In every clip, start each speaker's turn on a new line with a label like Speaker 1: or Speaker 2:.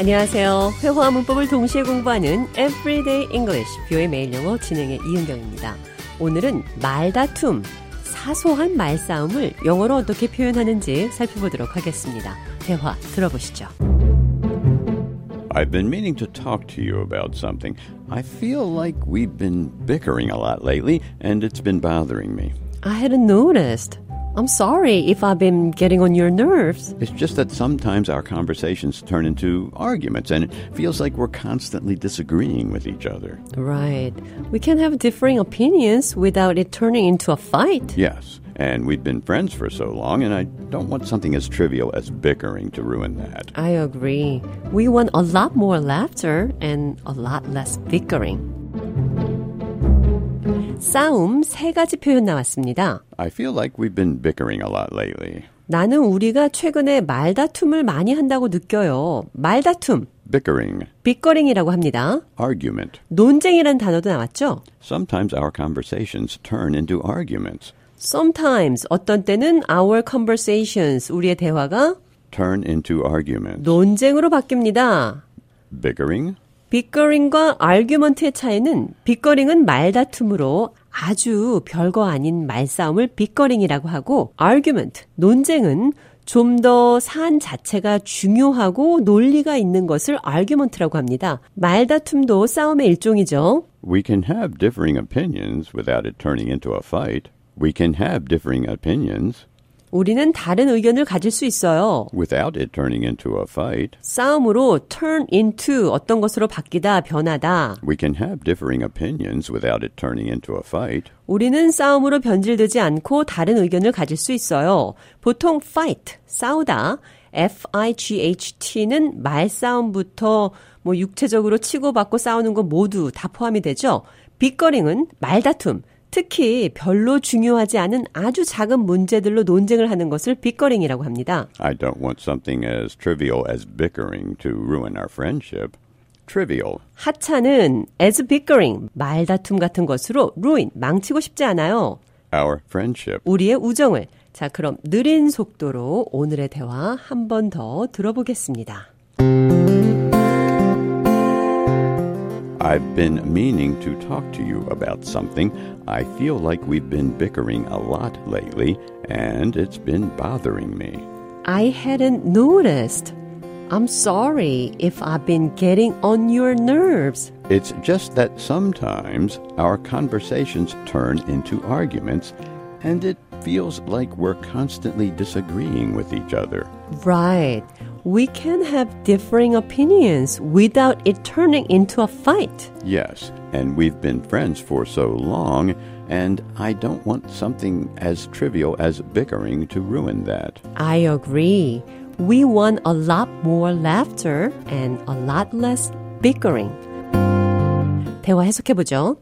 Speaker 1: 안녕하세요. 회화와 문법을 동시에 공부하는 Everyday English 뷰의 매일 영어 진행의 이은경입니다. 오늘은 말다툼, 사소한 말싸움을 영어로 어떻게 표현하는지 살펴보도록 하겠습니다. 대화 들어보시죠.
Speaker 2: I've been meaning to talk to you about something. I feel like we've been bickering a lot lately, and it's been bothering me.
Speaker 1: I hadn't noticed. I'm sorry if I've been getting on your nerves.
Speaker 2: It's just that sometimes our conversations turn into arguments, and it feels like we're constantly disagreeing with each other.
Speaker 1: Right. We can have differing opinions without it turning into a fight.
Speaker 2: Yes, and we've been friends for so long, and I don't want something as trivial as bickering to ruin that.
Speaker 1: I agree. We want a lot more laughter and a lot less bickering. 싸움 세 가지 표현 나왔습니다.
Speaker 2: I feel like we've been bickering a lot lately.
Speaker 1: 나는 우리가 최근에 말다툼을 많이 한다고 느껴요. 말다툼,
Speaker 2: Bickering,
Speaker 1: 빅거링이라고 합니다.
Speaker 2: argument.
Speaker 1: 논쟁이라는 단어도 나왔죠?
Speaker 2: Sometimes our conversations turn into arguments.
Speaker 1: Sometimes, 어떤 때는 our conversations, 우리의 대화가
Speaker 2: Turn into arguments.
Speaker 1: 논쟁으로 바뀝니다.
Speaker 2: Bickering,
Speaker 1: 빅거링과 아규먼트의 차이는 빅거링은 말다툼으로 아주 별거 아닌 말싸움을 빅거링이라고 하고 아규먼트 논쟁은 좀 더 산 자체가 중요하고 논리가 있는 것을 아규먼트라고 합니다. 말다툼도 싸움의 일종이죠.
Speaker 2: We can have differing opinions without it turning into a fight. We can have differing opinions
Speaker 1: 우리는 다른 의견을 가질 수 있어요.
Speaker 2: without it turning into a fight.
Speaker 1: 싸움으로 turn into 어떤 것으로 바뀌다 변하다.
Speaker 2: We can have differing opinions without it turning into a fight.
Speaker 1: 우리는 싸움으로 변질되지 않고 다른 의견을 가질 수 있어요. 보통 fight, 싸우다, F-I-G-H-T는 말싸움부터 뭐 육체적으로 치고받고 싸우는 거 모두 다 포함이 되죠. 빅거링은 말다툼, 특히 별로 중요하지 않은 아주 작은 문제들로 논쟁을 하는 것을 빅거링이라고 합니다.
Speaker 2: I don't want something as trivial as bickering to ruin our friendship. Trivial.
Speaker 1: 하차는 as bickering, 말다툼 같은 것으로 ruin, 망치고 싶지 않아요.
Speaker 2: Our friendship.
Speaker 1: 우리의 우정을. 자, 그럼 느린 속도로 오늘의 대화 한 번 더 들어보겠습니다.
Speaker 2: I've been meaning to talk to you about something. I feel like we've been bickering a lot lately, and it's been bothering me.
Speaker 1: I hadn't noticed. I'm sorry if I've been getting on your nerves.
Speaker 2: It's just that sometimes our conversations turn into arguments, and it feels like we're constantly disagreeing with each other.
Speaker 1: Right. We can have differing opinions without it turning into a fight.
Speaker 2: Yes, and we've been friends for so long, and I don't want something as trivial as bickering to ruin that.
Speaker 1: I agree. We want a lot more laughter and a lot less bickering. 대화 해석해보죠.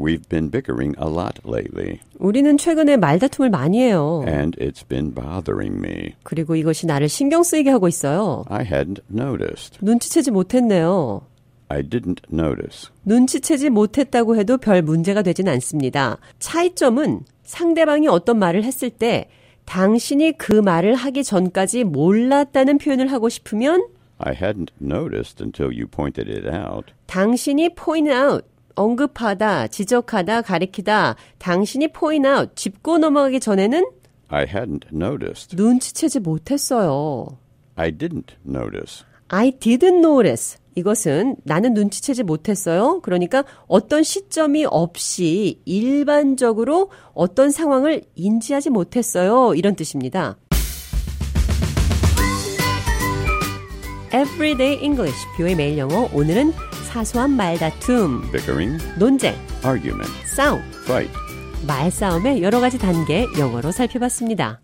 Speaker 2: We've been bickering a lot lately,
Speaker 1: 우리는 최근에 말다툼을 많이 해요.
Speaker 2: and it's been bothering me.
Speaker 1: 그리고 이것이 나를 신경 쓰이게 하고 있어요.
Speaker 2: I hadn't noticed.
Speaker 1: 눈치채지 못했네요.
Speaker 2: I didn't notice.
Speaker 1: 눈치채지 못했다고 해도 별 문제가 되진 않습니다. 차이점은 상대방이 어떤 말을 했을 때 당신이 그 말을 하기 전까지 몰랐다는 표현을 하고 싶으면
Speaker 2: I hadn't noticed until you pointed it out.
Speaker 1: 당신이 point out, 언급하다, 지적하다, 가리키다, 당신이 point out, 짚고 넘어가기 전에는
Speaker 2: I hadn't noticed.
Speaker 1: 눈치채지 못했어요.
Speaker 2: I didn't notice.
Speaker 1: I didn't notice. 이것은 나는 눈치채지 못했어요. 그러니까 어떤 시점이 없이 일반적으로 어떤 상황을 인지하지 못했어요. 이런 뜻입니다. Everyday English, 뷰의 매일 영어. 오늘은 사소한 말다툼,
Speaker 2: Bickering,
Speaker 1: 논쟁,
Speaker 2: argument,
Speaker 1: 싸움,
Speaker 2: fight.
Speaker 1: 말싸움의 여러 가지 단계 영어로 살펴봤습니다.